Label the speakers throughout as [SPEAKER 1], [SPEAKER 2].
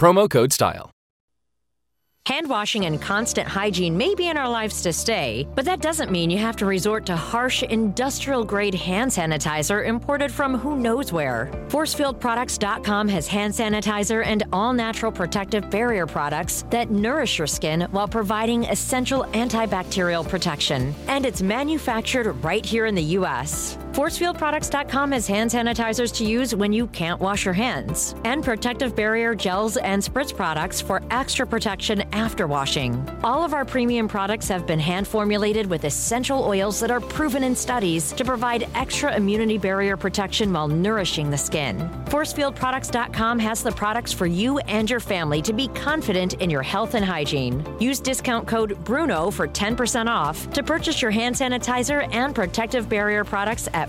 [SPEAKER 1] promo code STYLE.
[SPEAKER 2] Hand washing and constant hygiene may be in our lives to stay, but that doesn't mean you have to resort to harsh industrial grade hand sanitizer imported from who knows where. ForcefieldProducts.com has hand sanitizer and all natural protective barrier products that nourish your skin while providing essential antibacterial protection. And it's manufactured right here in the U.S. ForcefieldProducts.com has hand sanitizers to use when you can't wash your hands, and protective barrier gels and spritz products for extra protection after washing. All of our premium products have been hand formulated with essential oils that are proven in studies to provide extra immunity barrier protection while nourishing the skin. ForcefieldProducts.com has the products for you and your family to be confident in your health and hygiene. Use discount code BRUNO for 10% off to purchase your hand sanitizer and protective barrier products at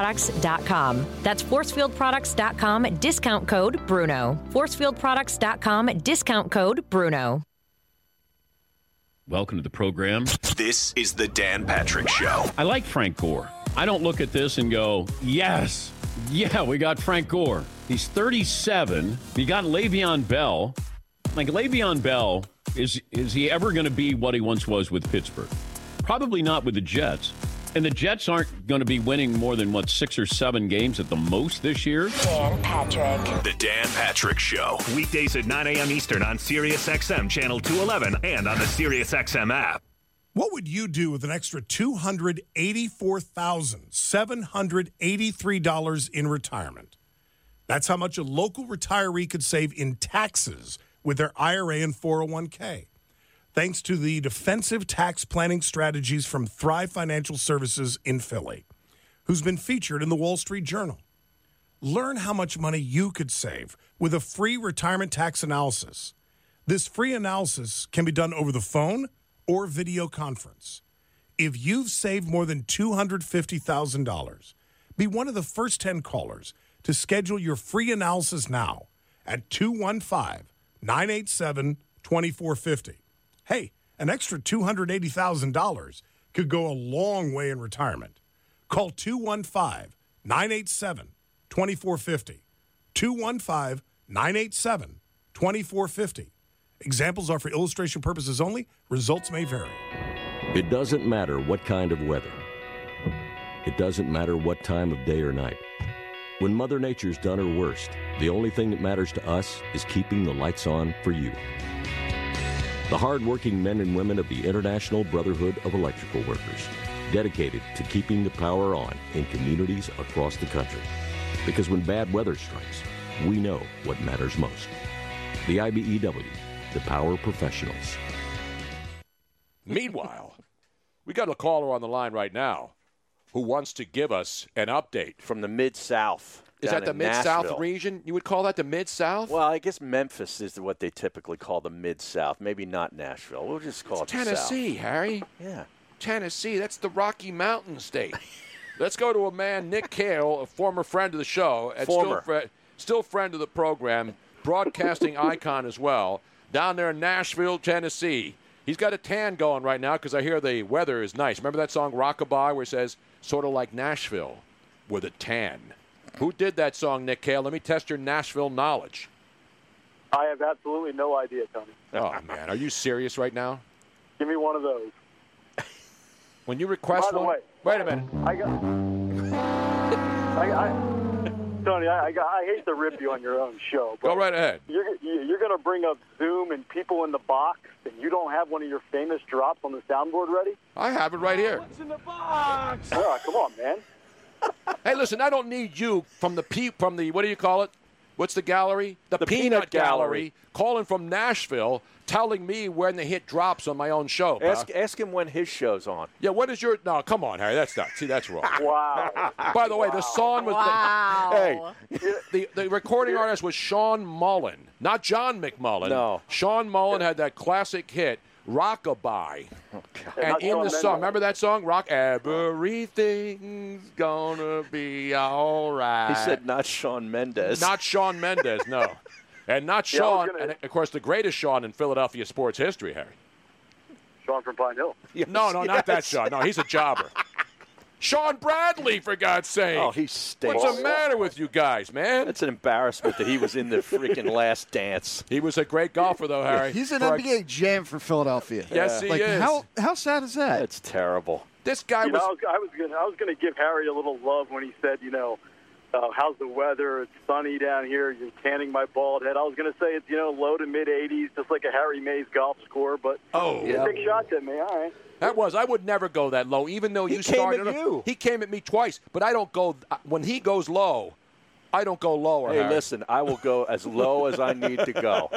[SPEAKER 2] forcefieldproducts.com. That's forcefieldproducts.com, discount code BRUNO. Forcefieldproducts.com, discount code BRUNO.
[SPEAKER 3] Welcome to the program.
[SPEAKER 4] This is the Dan Patrick Show.
[SPEAKER 3] I like Frank Gore. I don't look at this and go, yes, yeah, we got Frank Gore. He's 37. You got Le'Veon Bell. Like Le'Veon Bell, is is he ever going to be what he once was with Pittsburgh? Probably not with the Jets. And the Jets aren't going to be winning more than what six or seven games at the most this year.
[SPEAKER 5] Dan Patrick.
[SPEAKER 4] The Dan Patrick Show.
[SPEAKER 6] Weekdays at 9 a.m. Eastern on SiriusXM Channel 211 and on the SiriusXM app.
[SPEAKER 7] What would you do with an extra $284,783 in retirement? That's how much a local retiree could save in taxes with their IRA and 401k. Thanks to the defensive tax planning strategies from Thrive Financial Services in Philly, who's been featured in the Wall Street Journal. Learn how much money you could save with a free retirement tax analysis. This free analysis can be done over the phone or video conference. If you've saved more than $250,000, be one of the first 10 callers to schedule your free analysis now at 215 987 2450. Hey, an extra $280,000 could go a long way in retirement. Call 215 987 2450. 215 987 2450. Examples are for illustration purposes only. Results may vary.
[SPEAKER 8] It doesn't matter what kind of weather. It doesn't matter what time of day or night. When Mother Nature's done her worst, the only thing that matters to us is keeping the lights on for you. The hardworking men and women of the International Brotherhood of Electrical Workers, dedicated to keeping the power on in communities across the country. Because when bad weather strikes, we know what matters most. The IBEW, the power professionals.
[SPEAKER 9] Meanwhile, we got a caller on the line right now who wants to give us an update.
[SPEAKER 10] from the mid South.
[SPEAKER 9] Is that the Mid South region? You would call that the Mid South?
[SPEAKER 10] Well, I guess Memphis is what they typically call the mid South. Maybe not Nashville. We'll just call it the South.
[SPEAKER 9] Tennessee, Harry.
[SPEAKER 10] Yeah.
[SPEAKER 9] Tennessee, that's the Rocky Mountain state. Let's go to a man, Nick Cale, a former friend of the show, and
[SPEAKER 10] Former.
[SPEAKER 9] still, fri- still friend of the program, broadcasting icon as well, down there in Nashville, Tennessee. He's got a tan going right now because I hear the weather is nice. Remember that song Rockabye where it says, sort of like Nashville with a tan? Who did that song, Nick Cale? Let me test your Nashville knowledge.
[SPEAKER 11] I have absolutely no idea, Tony.
[SPEAKER 9] Oh, man, are you serious right now?
[SPEAKER 11] Give me one of those.
[SPEAKER 9] When you request
[SPEAKER 11] By the
[SPEAKER 9] one.
[SPEAKER 11] way-
[SPEAKER 9] wait a minute.
[SPEAKER 11] I got. I, I, Tony, I, I, I hate to rip you on your own show. But
[SPEAKER 9] Go right ahead.
[SPEAKER 11] You're, you're going to bring up Zoom and people in the box, and you don't have one of your famous drops on the soundboard ready?
[SPEAKER 9] I have it right here.
[SPEAKER 11] in the box? come on, man.
[SPEAKER 9] Hey, listen, I don't need you from the pe- from the what do you call it? What's the gallery? The, peanut,
[SPEAKER 10] peanut
[SPEAKER 9] gallery.
[SPEAKER 10] gallery.
[SPEAKER 9] calling from Nashville, telling me when the hit drops on my own show. pal.
[SPEAKER 10] Ask, ask him when his show's on.
[SPEAKER 9] yeah, what is your? No, come on, Harry. That's not. See, that's wrong.
[SPEAKER 11] Wow.
[SPEAKER 9] By the way, the song was. The, hey, the, the recording artist was Sean Mullen, not John McMullen.
[SPEAKER 10] No.
[SPEAKER 9] Sean Mullen had that classic hit, Rockabye. and
[SPEAKER 11] Not
[SPEAKER 9] in
[SPEAKER 11] John
[SPEAKER 9] the song,
[SPEAKER 11] Lennon.
[SPEAKER 9] remember that song? Rock, everything's gonna be all right.
[SPEAKER 10] He said not Sean Mendez.
[SPEAKER 9] Not Sean Mendez, no. And not
[SPEAKER 11] Yeah, I
[SPEAKER 9] Sean,
[SPEAKER 11] was gonna-
[SPEAKER 9] and of course, the greatest Sean in Philadelphia sports history, Harry.
[SPEAKER 11] Sean from Pine Hill.
[SPEAKER 9] No, no, not that
[SPEAKER 10] yes.
[SPEAKER 9] Sean. No, he's a jobber. Sean Bradley, for God's sake.
[SPEAKER 10] Oh, he stinks.
[SPEAKER 9] What's the matter with you guys, man?
[SPEAKER 10] It's an embarrassment that he was in the freaking last dance.
[SPEAKER 9] He was a great golfer, though, Harry.
[SPEAKER 5] He's an
[SPEAKER 9] For a-
[SPEAKER 5] NBA jam for Philadelphia.
[SPEAKER 9] Yes, he
[SPEAKER 5] like,
[SPEAKER 9] is.
[SPEAKER 5] How how sad is that?
[SPEAKER 10] That's terrible.
[SPEAKER 9] This guy
[SPEAKER 11] You know, I
[SPEAKER 9] was.
[SPEAKER 11] was, I was gonna, I was going to give Harry a little love when he said, you know, uh, how's the weather? It's sunny down here. You're tanning my bald head. I was going to say it's you know low to mid 80s, just like a Harry Mays golf score. But
[SPEAKER 9] Oh,
[SPEAKER 11] you big shots at me. All right.
[SPEAKER 9] that was. I would never go that low, even though
[SPEAKER 10] He
[SPEAKER 9] you
[SPEAKER 10] came
[SPEAKER 9] started.
[SPEAKER 10] at you.
[SPEAKER 9] He came at me twice, but I don't go. When he goes low, I don't go lower.
[SPEAKER 10] Hey,
[SPEAKER 9] Harry.
[SPEAKER 10] listen, I will go as low as I need to go.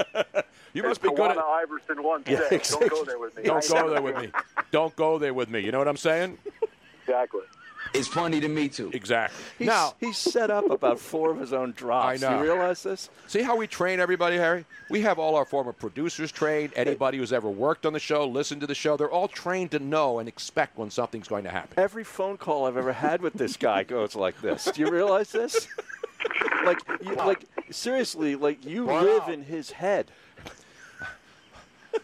[SPEAKER 9] you must be good
[SPEAKER 11] Tawana
[SPEAKER 9] at.
[SPEAKER 11] Iverson once
[SPEAKER 10] Yeah,
[SPEAKER 11] said,
[SPEAKER 10] exactly.
[SPEAKER 11] "Don't go there with me."
[SPEAKER 9] Don't
[SPEAKER 11] I
[SPEAKER 9] go
[SPEAKER 11] know.
[SPEAKER 9] there with me. Don't go there with me. You know what I'm saying?
[SPEAKER 11] Exactly.
[SPEAKER 12] It's funny to me too.
[SPEAKER 9] Exactly.
[SPEAKER 10] He's,
[SPEAKER 9] now,
[SPEAKER 10] he set up about four of his own drops.
[SPEAKER 9] I know.
[SPEAKER 10] You realize this?
[SPEAKER 9] see how we train everybody, Harry. We have all our former producers trained. Anybody who's ever worked on the show, listened to the show, they're all trained to know and expect when something's going to happen.
[SPEAKER 10] Every phone call I've ever had with this guy goes like this. Do you realize this? Like, you, like seriously, like you live in his head.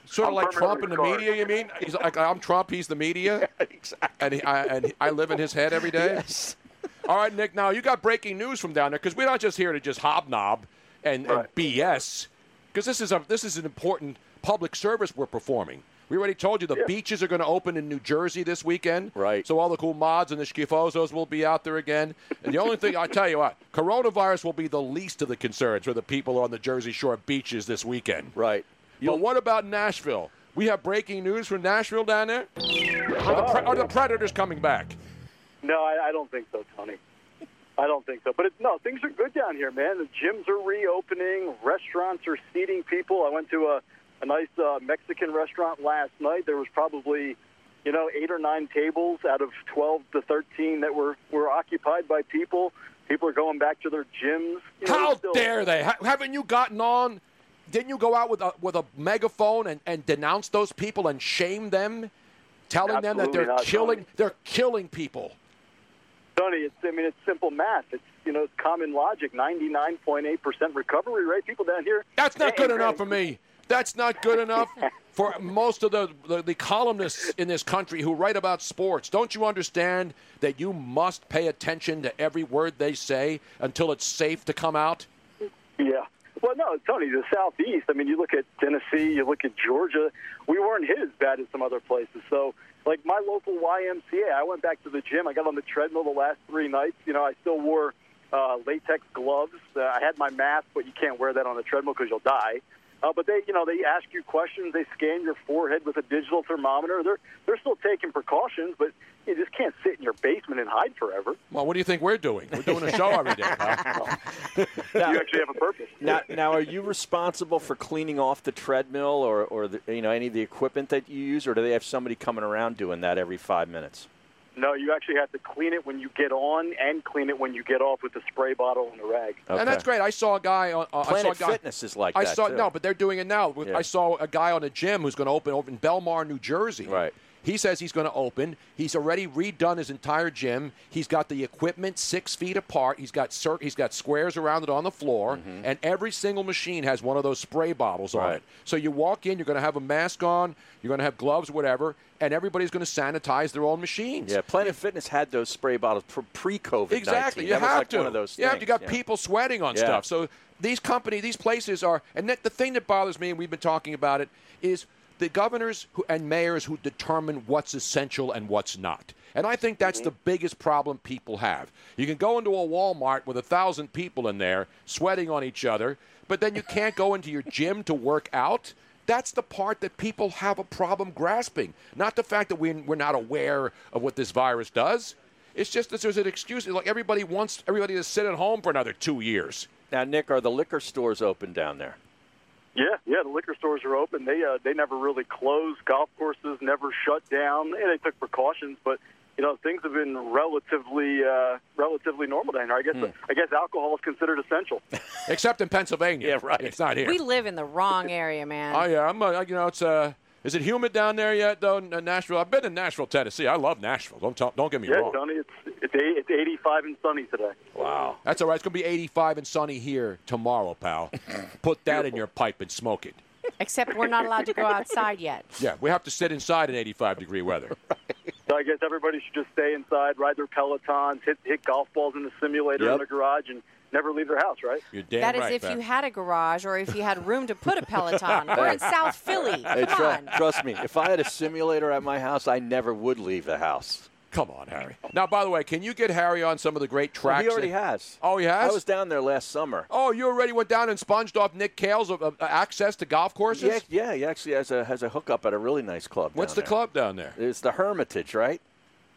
[SPEAKER 9] Sort of
[SPEAKER 11] I'm
[SPEAKER 9] like Trump and
[SPEAKER 11] permanently
[SPEAKER 9] the media, you mean? He's like, I'm Trump, he's the media,
[SPEAKER 10] Exactly.
[SPEAKER 9] and, he, I, and he- I live in his head every day?
[SPEAKER 10] Yes.
[SPEAKER 9] All right, Nick, now you got breaking news from down there because we're not just here to just hobnob and, and BS because this, is a- this is an important public service we're performing. We already told you the beaches are going to open in New Jersey this weekend.
[SPEAKER 10] Right.
[SPEAKER 9] So all the cool mods and the schifozos will be out there again. And the only thing, I tell you what, coronavirus will be the least of the concerns for the people on the Jersey Shore beaches this weekend.
[SPEAKER 10] Right.
[SPEAKER 9] But what about Nashville? We have breaking news from Nashville down there. Are
[SPEAKER 10] Oh.
[SPEAKER 9] the, pre- are the Predators coming back?
[SPEAKER 11] No, I, I don't think so, Tony. I don't think so. But it, no, things are good down here, man. The gyms are reopening. Restaurants are seating people. I went to a, a nice uh, Mexican restaurant last night. There was probably, you know, eight or nine tables out of 12 to 13 that were, were occupied by people. People are going back to their gyms. You know,
[SPEAKER 9] How
[SPEAKER 11] there's still-
[SPEAKER 9] dare they? Ha- haven't you gotten on? Didn't you go out with a, with a megaphone and, and denounce those people and shame them, telling them that
[SPEAKER 11] Absolutely
[SPEAKER 9] they're
[SPEAKER 11] not,
[SPEAKER 9] killing
[SPEAKER 11] Tony.
[SPEAKER 9] they're killing people?
[SPEAKER 11] Tony, it's, I mean, it's simple math. It's, you know, it's common logic. 99.8% recovery rate. People down here.
[SPEAKER 9] That's not
[SPEAKER 11] Hey,
[SPEAKER 9] good
[SPEAKER 11] hey,
[SPEAKER 9] enough for
[SPEAKER 11] Brandon,
[SPEAKER 9] me. That's not good enough for most of the, the, the columnists in this country who write about sports. Don't you understand that you must pay attention to every word they say until it's safe to come out?
[SPEAKER 11] Yeah. Well, no, Tony, the Southeast, I mean, you look at Tennessee, you look at Georgia, we weren't hit as bad as some other places. So, like my local YMCA, I went back to the gym. I got on the treadmill the last three nights. You know, I still wore uh, latex gloves. Uh, I had my mask, but you can't wear that on the treadmill because you'll die. Uh, but they, you know, they ask you questions. They scan your forehead with a digital thermometer. They're they're still taking precautions, but you just can't sit in your basement and hide forever.
[SPEAKER 9] Well, what do you think we're doing? We're doing a show every day. pal.
[SPEAKER 10] Now,
[SPEAKER 11] You actually have a purpose.
[SPEAKER 10] now, now, are you responsible for cleaning off the treadmill or, or the, you know any of the equipment that you use, or do they have somebody coming around doing that every five minutes?
[SPEAKER 11] No, you actually have to clean it when you get on and clean it when you get off with the spray bottle and the rag.
[SPEAKER 10] Okay.
[SPEAKER 9] And that's great. I saw a guy on uh, I
[SPEAKER 10] Planet
[SPEAKER 9] saw a guy,
[SPEAKER 10] Fitness is like
[SPEAKER 9] I
[SPEAKER 10] that,
[SPEAKER 9] saw
[SPEAKER 10] too.
[SPEAKER 9] no, but they're doing it now. With,
[SPEAKER 10] Yeah.
[SPEAKER 9] I saw a guy on a gym who's going to open over in Belmar, New Jersey.
[SPEAKER 10] Right.
[SPEAKER 9] He says he's going to open. He's already redone his entire gym. He's got the equipment six feet apart. He's got cir- he's got squares around it on the floor, and every single machine has one of those spray bottles on
[SPEAKER 10] Mm-hmm. Right.
[SPEAKER 9] it. So you walk in, you're going to have a mask on, you're going to have gloves, whatever, and everybody's going to sanitize their own machines.
[SPEAKER 10] Yeah, Planet Fitness had those spray bottles pre COVID.
[SPEAKER 9] Exactly. You
[SPEAKER 10] that
[SPEAKER 9] have
[SPEAKER 10] was like
[SPEAKER 9] to.
[SPEAKER 10] One of those
[SPEAKER 9] yeah,
[SPEAKER 10] things,
[SPEAKER 9] you got
[SPEAKER 10] yeah.
[SPEAKER 9] people sweating on
[SPEAKER 10] Yeah.
[SPEAKER 9] stuff. So these company, these places are, and that, the thing that bothers me, and we've been talking about it, is the governors who, and mayors who determine what's essential and what's not. And I think that's the biggest problem people have. You can go into a Walmart with a thousand people in there sweating on each other, but then you can't go into your gym to work out. That's the part that people have a problem grasping. Not the fact that we, we're not aware of what this virus does. It's just that there's an excuse. Like everybody wants everybody to sit at home for another two years.
[SPEAKER 10] Now, Nick, are the liquor stores open down there?
[SPEAKER 11] Yeah, yeah. The liquor stores are open. They uh, they never really closed. Golf courses never shut down, and they took precautions. But you know, things have been relatively uh, relatively normal down here. I guess
[SPEAKER 9] Hmm.
[SPEAKER 11] I guess alcohol is considered essential.
[SPEAKER 9] Except in Pennsylvania. Yeah, right. It's not here.
[SPEAKER 13] We live in the wrong area, man.
[SPEAKER 9] Oh yeah, I'm. Uh, you know, it's. Uh, is it humid down there yet, though? In Nashville. I've been in Nashville, Tennessee. I love Nashville. Don't tell, don't get me
[SPEAKER 11] yeah,
[SPEAKER 9] wrong.
[SPEAKER 11] Tony, it's it's, eight, it's 85 and sunny today.
[SPEAKER 9] Wow. That's all right. It's gonna be 85 and sunny here tomorrow, pal. Put that in your pipe and smoke it.
[SPEAKER 13] Except we're not allowed to go outside yet.
[SPEAKER 9] Yeah, we have to sit inside in 85 degree weather.
[SPEAKER 11] So I guess everybody should just stay inside, ride their Pelotons, hit hit golf balls in the simulator
[SPEAKER 9] Yep.
[SPEAKER 11] in the garage, and never leave their house. Right?
[SPEAKER 9] You're damn
[SPEAKER 13] That is
[SPEAKER 9] right.
[SPEAKER 13] if
[SPEAKER 9] Pat.
[SPEAKER 13] you had a garage or if you had room to put a Peloton. We're in South Philly.
[SPEAKER 10] Hey,
[SPEAKER 13] Come
[SPEAKER 10] tru-
[SPEAKER 13] on.
[SPEAKER 10] trust me, if I had a simulator at my house, I never would leave the house.
[SPEAKER 9] Come on, Harry. Now, by the way, can you get Harry on some of the great tracks?
[SPEAKER 10] he already
[SPEAKER 9] that-
[SPEAKER 10] has.
[SPEAKER 9] Oh, he has.
[SPEAKER 10] I was down there last summer.
[SPEAKER 9] Oh, you already went down and sponged off Nick Cale's uh, uh, access to golf courses.
[SPEAKER 10] Yeah, yeah, he actually has a has a hookup at a really nice club.
[SPEAKER 9] What's
[SPEAKER 10] down
[SPEAKER 9] the
[SPEAKER 10] there.
[SPEAKER 9] club down there?
[SPEAKER 10] It's the Hermitage, right?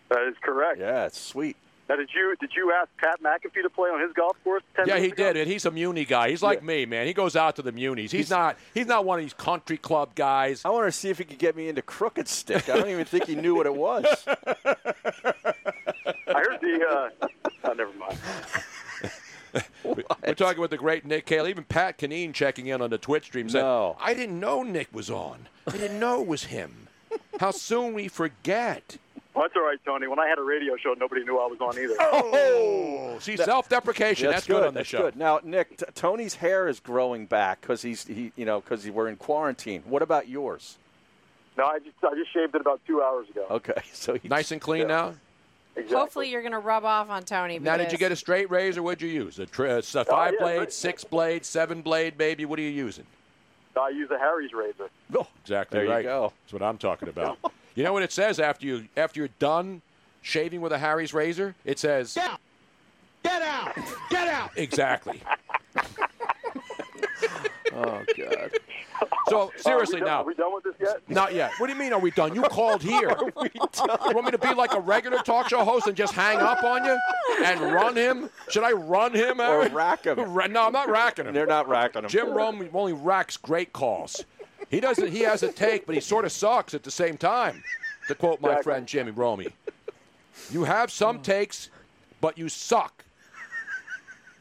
[SPEAKER 11] That is correct.
[SPEAKER 10] Yeah, it's sweet.
[SPEAKER 11] Now, did you did you ask Pat McAfee to play on his golf course? 10
[SPEAKER 9] Yeah,
[SPEAKER 11] minutes
[SPEAKER 9] he
[SPEAKER 11] ago?
[SPEAKER 9] did it. He's a Muni guy. He's like me, man. He goes out to the Munis. He's, not. He's not one of these country club guys.
[SPEAKER 10] I want to see if he could get me into crooked stick. I don't even think he knew what it was.
[SPEAKER 11] I heard the. Uh, oh, never mind.
[SPEAKER 9] We're talking with the great Nick Cale. Even Pat Caneen checking in on the Twitch stream saying, "I didn't know Nick was on. I didn't know it was him." How soon we forget.
[SPEAKER 11] Well, that's all right, Tony. When I had a radio show, nobody knew I was on either.
[SPEAKER 9] Oh, see, self-deprecation. That's, good, on the
[SPEAKER 10] that's
[SPEAKER 9] show.
[SPEAKER 10] Good. Now, Nick, t- Tony's hair is growing back because he's he, you know, because we're in quarantine. What about yours?
[SPEAKER 11] No, I just I just shaved it about two hours ago.
[SPEAKER 10] Okay, so
[SPEAKER 9] nice and clean now.
[SPEAKER 13] Hopefully, you're going to rub off on Tony.
[SPEAKER 9] Now, did you get a straight razor? What'd you use? A, tri- a five blade, six blade, seven blade, baby? What are you using?
[SPEAKER 11] I use a Harry's razor.
[SPEAKER 9] Oh, Exactly
[SPEAKER 11] There you
[SPEAKER 9] right. go. That's what I'm talking about. you know what it says after you after you're done shaving with a Harry's razor? It says
[SPEAKER 14] Get out! Get out!
[SPEAKER 9] exactly.
[SPEAKER 10] oh God.
[SPEAKER 9] So seriously
[SPEAKER 14] Oh,
[SPEAKER 11] are
[SPEAKER 9] now.
[SPEAKER 11] Uh, we done, Are we done with this yet?
[SPEAKER 9] Not yet. What do you mean? Are we done? You called here. You want me to be like a regular talk show host and just hang up on you and run him? Should I run him
[SPEAKER 10] Or
[SPEAKER 9] Aaron?
[SPEAKER 10] rack him?
[SPEAKER 9] Ra- No, I'm not racking him.
[SPEAKER 10] They're not racking him.
[SPEAKER 9] Jim Rome only racks great calls. He doesn't. He has a take, but he sort of sucks at the same time. To quote my friend Jimmy Romey, "You have some takes, but you suck."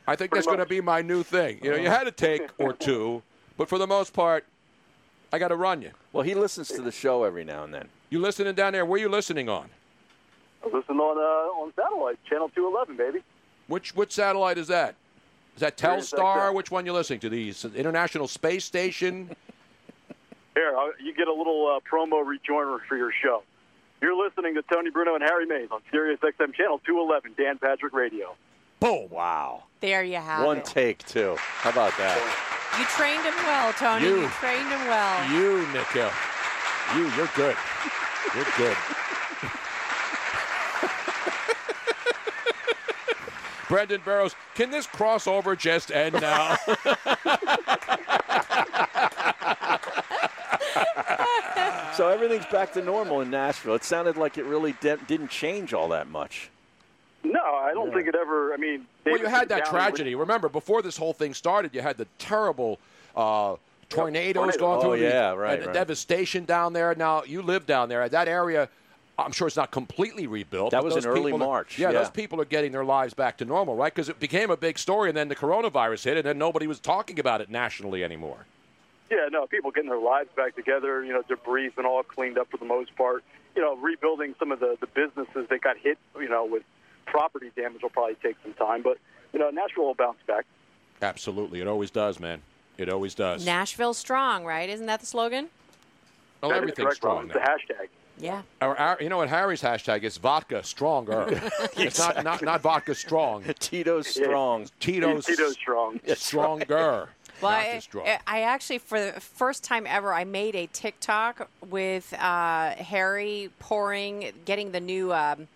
[SPEAKER 9] I think that's going to be my new thing. You know, you had a take or two, but for the most part, I got to run you.
[SPEAKER 10] Well, he listens to the show every now and then.
[SPEAKER 9] You listening down there? Where you listening on?
[SPEAKER 11] I listen on uh, on satellite, channel 211, baby.
[SPEAKER 9] Which which satellite is that? Is that
[SPEAKER 11] Sirius
[SPEAKER 9] Telstar?
[SPEAKER 11] XM.
[SPEAKER 9] Which one you listening to? The S- International Space Station?
[SPEAKER 11] Here, i you get a little uh, promo rejoinder for your show. You're listening to Tony Bruno and Harry Mays on Sirius XM Channel 211, Dan Patrick Radio.
[SPEAKER 9] Boom!
[SPEAKER 10] Wow.
[SPEAKER 13] There you have
[SPEAKER 10] One
[SPEAKER 13] it.
[SPEAKER 10] take too. How about that?
[SPEAKER 13] You trained him well, Tony.
[SPEAKER 10] You.
[SPEAKER 13] You, trained him well.
[SPEAKER 9] You, Nikhil. You, you're good. You're good. Brendan Burrows, can this crossover just end now?
[SPEAKER 10] So everything's back to normal in Nashville. It sounded like it really de- didn't change all that much.
[SPEAKER 11] No, I don't think it ever. I mean,
[SPEAKER 9] well, you
[SPEAKER 11] David
[SPEAKER 9] had that
[SPEAKER 11] Downey-
[SPEAKER 9] tragedy. Remember, before this whole thing started, you had the terrible uh, tornadoes
[SPEAKER 10] Tornado.
[SPEAKER 9] going through.
[SPEAKER 10] Oh,
[SPEAKER 9] the-
[SPEAKER 10] yeah, right,
[SPEAKER 9] and the
[SPEAKER 10] right.
[SPEAKER 9] devastation down there. Now you live down there. That area, I'm sure it's not completely rebuilt.
[SPEAKER 10] That
[SPEAKER 9] but
[SPEAKER 10] was
[SPEAKER 9] those
[SPEAKER 10] in early
[SPEAKER 9] people are-
[SPEAKER 10] March,
[SPEAKER 9] yeah,
[SPEAKER 10] yeah.
[SPEAKER 9] those people are getting their lives back to normal, right? Because it became a big story, and then the coronavirus hit, and then nobody was talking about it nationally anymore.
[SPEAKER 11] Yeah, no, people getting their lives back together. You know, debris and all cleaned up for the most part. You know, rebuilding some of the the businesses that got hit. You know, with property damage will probably take some time, but you know, Nashville will bounce back.
[SPEAKER 9] Absolutely, it always does, man. It always does.
[SPEAKER 13] Nashville strong, right? Isn't that the slogan?
[SPEAKER 9] Well,
[SPEAKER 11] That is
[SPEAKER 9] everything's
[SPEAKER 11] correct,
[SPEAKER 9] strong
[SPEAKER 11] Rob. It's the hashtag.
[SPEAKER 13] Yeah.
[SPEAKER 9] Our, our- you know what Harry's hashtag is vodka stronger. It's not, not not vodka strong.
[SPEAKER 10] Tito's strong.
[SPEAKER 9] Tito's,
[SPEAKER 11] Tito's strong.
[SPEAKER 9] Stronger.
[SPEAKER 13] Well,
[SPEAKER 9] not
[SPEAKER 13] I-
[SPEAKER 9] just drunk.
[SPEAKER 13] I, I actually, for the first time ever, I made a TikTok with uh, Harry pouring, getting the new, um,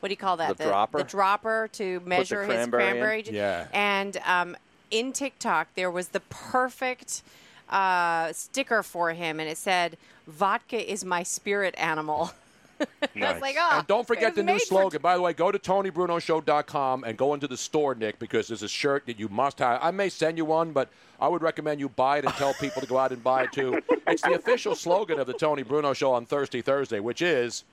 [SPEAKER 13] what do you call that?
[SPEAKER 10] The dropper?
[SPEAKER 13] The dropper to measure his
[SPEAKER 10] cranberry in?
[SPEAKER 13] cranberry. ju-
[SPEAKER 10] Yeah.
[SPEAKER 13] And um, in TikTok, there was the perfect uh, sticker for him, and it said, "Vodka is my spirit animal." I was like, oh,
[SPEAKER 9] and
[SPEAKER 13] it
[SPEAKER 9] don't
[SPEAKER 13] was
[SPEAKER 9] forget the
[SPEAKER 13] made
[SPEAKER 9] new
[SPEAKER 13] for
[SPEAKER 9] slogan. By the way, go to TonyBrunoShow.com and go into the store, Nick, because there's a shirt that you must have. I may send you one, but I would recommend you buy it and tell people to go out and buy it too. It's the official slogan of the Tony Bruno Show on Thursday, Thursday, which is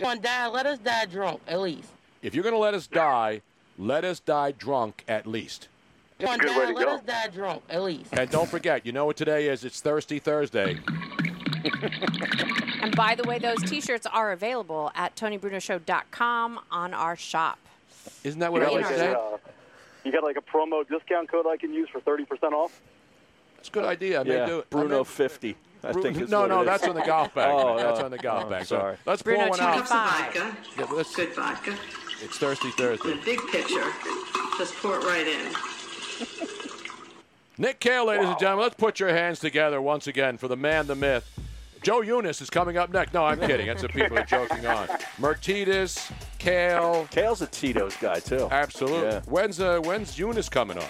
[SPEAKER 14] Come on, Dad, let us die drunk, at least.
[SPEAKER 9] if you're going to let us die, let us die drunk at least.
[SPEAKER 14] Come on, Dad, let us die drunk, at least.
[SPEAKER 9] And don't forget, you know what today is? It's Thirsty Thursday.
[SPEAKER 13] And by the way, those T-shirts are available at TonyBrunoShow.com on our shop.
[SPEAKER 9] Isn't that what
[SPEAKER 11] You
[SPEAKER 9] Ellie
[SPEAKER 11] got like
[SPEAKER 9] said?
[SPEAKER 11] a, uh, you got like a promo discount code I can use for 30% off?
[SPEAKER 9] That's a good idea. I may
[SPEAKER 10] yeah,
[SPEAKER 9] do it. I
[SPEAKER 10] Bruno
[SPEAKER 9] may-
[SPEAKER 10] 50. I
[SPEAKER 9] Bru-
[SPEAKER 10] think is
[SPEAKER 9] no,
[SPEAKER 10] what it
[SPEAKER 9] no,
[SPEAKER 10] is.
[SPEAKER 9] that's on the golf bag.
[SPEAKER 10] Oh,
[SPEAKER 9] that's
[SPEAKER 10] oh,
[SPEAKER 9] on the golf
[SPEAKER 10] oh,
[SPEAKER 9] bag.
[SPEAKER 10] Sorry.
[SPEAKER 9] So let's
[SPEAKER 13] Bruno
[SPEAKER 9] pour one out.
[SPEAKER 13] twenty-five.
[SPEAKER 9] Yeah, let's-
[SPEAKER 15] Good vodka.
[SPEAKER 9] It's Thirsty Thursday.
[SPEAKER 15] The big picture. Just pour it right in.
[SPEAKER 9] Nick Kale, ladies and gentlemen, let's put your hands together once again for the man, the myth. Joe Eunice is coming up next. No, I'm kidding. That's what people are joking on. Mertitas, Kale.
[SPEAKER 10] Kale's a Tito's guy, too.
[SPEAKER 9] Absolutely.
[SPEAKER 10] Yeah.
[SPEAKER 9] When's uh, when's Eunice coming on?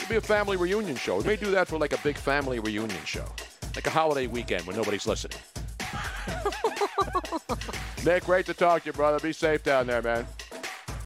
[SPEAKER 9] It'll be a family reunion show. We may do that for like a big family reunion show, like a holiday weekend when nobody's listening. Nick, great to talk to you, brother. Be safe down there, man.